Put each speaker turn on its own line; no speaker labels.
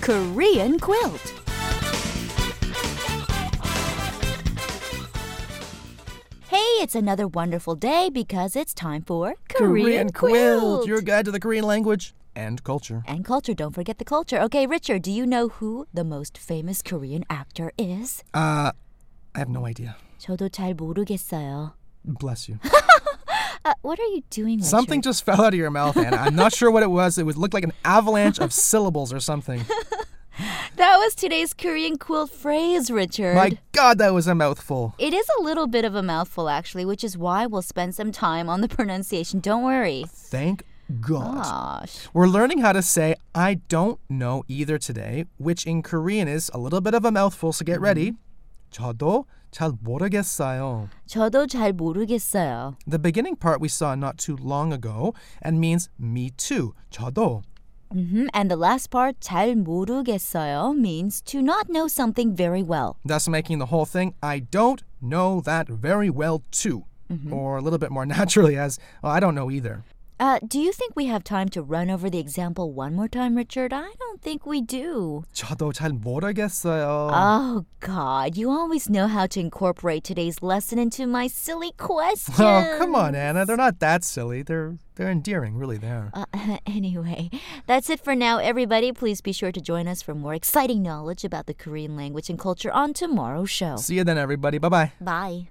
Korean quilt. Hey, it's another wonderful day because it's time for
Your guide to the Korean language and culture.
and culture, don't forget the culture. Okay, Richard, do you know who the most famous Korean actor is?
Uh, I have no idea.
저도 잘 모르겠어요.
Bless you.
Uh, what are you doing, Richard?
Something just fell out of your mouth, Anna. I'm not sure what it was. It would look like an avalanche of syllables or something.
That was today's Korean quilt phrase, Richard.
My God, that was a mouthful.
It is a little bit of a mouthful, actually, which is why we'll spend some time on the pronunciation. Don't worry.
Thank God.
Ah. Gosh.
We're learning how to say I don't know either today, which in Korean is a little bit of a mouthful, so get ready. 저도 잘 모르겠어요.
저도 잘 모르겠어요.
The beginning part we saw not too long ago and means me too. 저도.
Mhm, And the last part, 잘 모르겠어요, means to not know something very well.
Thus making the whole thing I don't know that very well too. Or a little bit more naturally as well, I don't know either.
Uh, do you think we have time to run over the example one more time, Richard? I don't think we do.
저도 잘 모르겠어요.
Oh, God, you always know how to incorporate today's lesson into my silly question.
oh, come on, Anna. They're not that silly. They're they're endearing, really they are.
Uh, anyway, that's it for now, everybody. Please be sure to join us for more exciting knowledge about the Korean language and culture on tomorrow's show.
See you then everybody. Bye-bye.
Bye.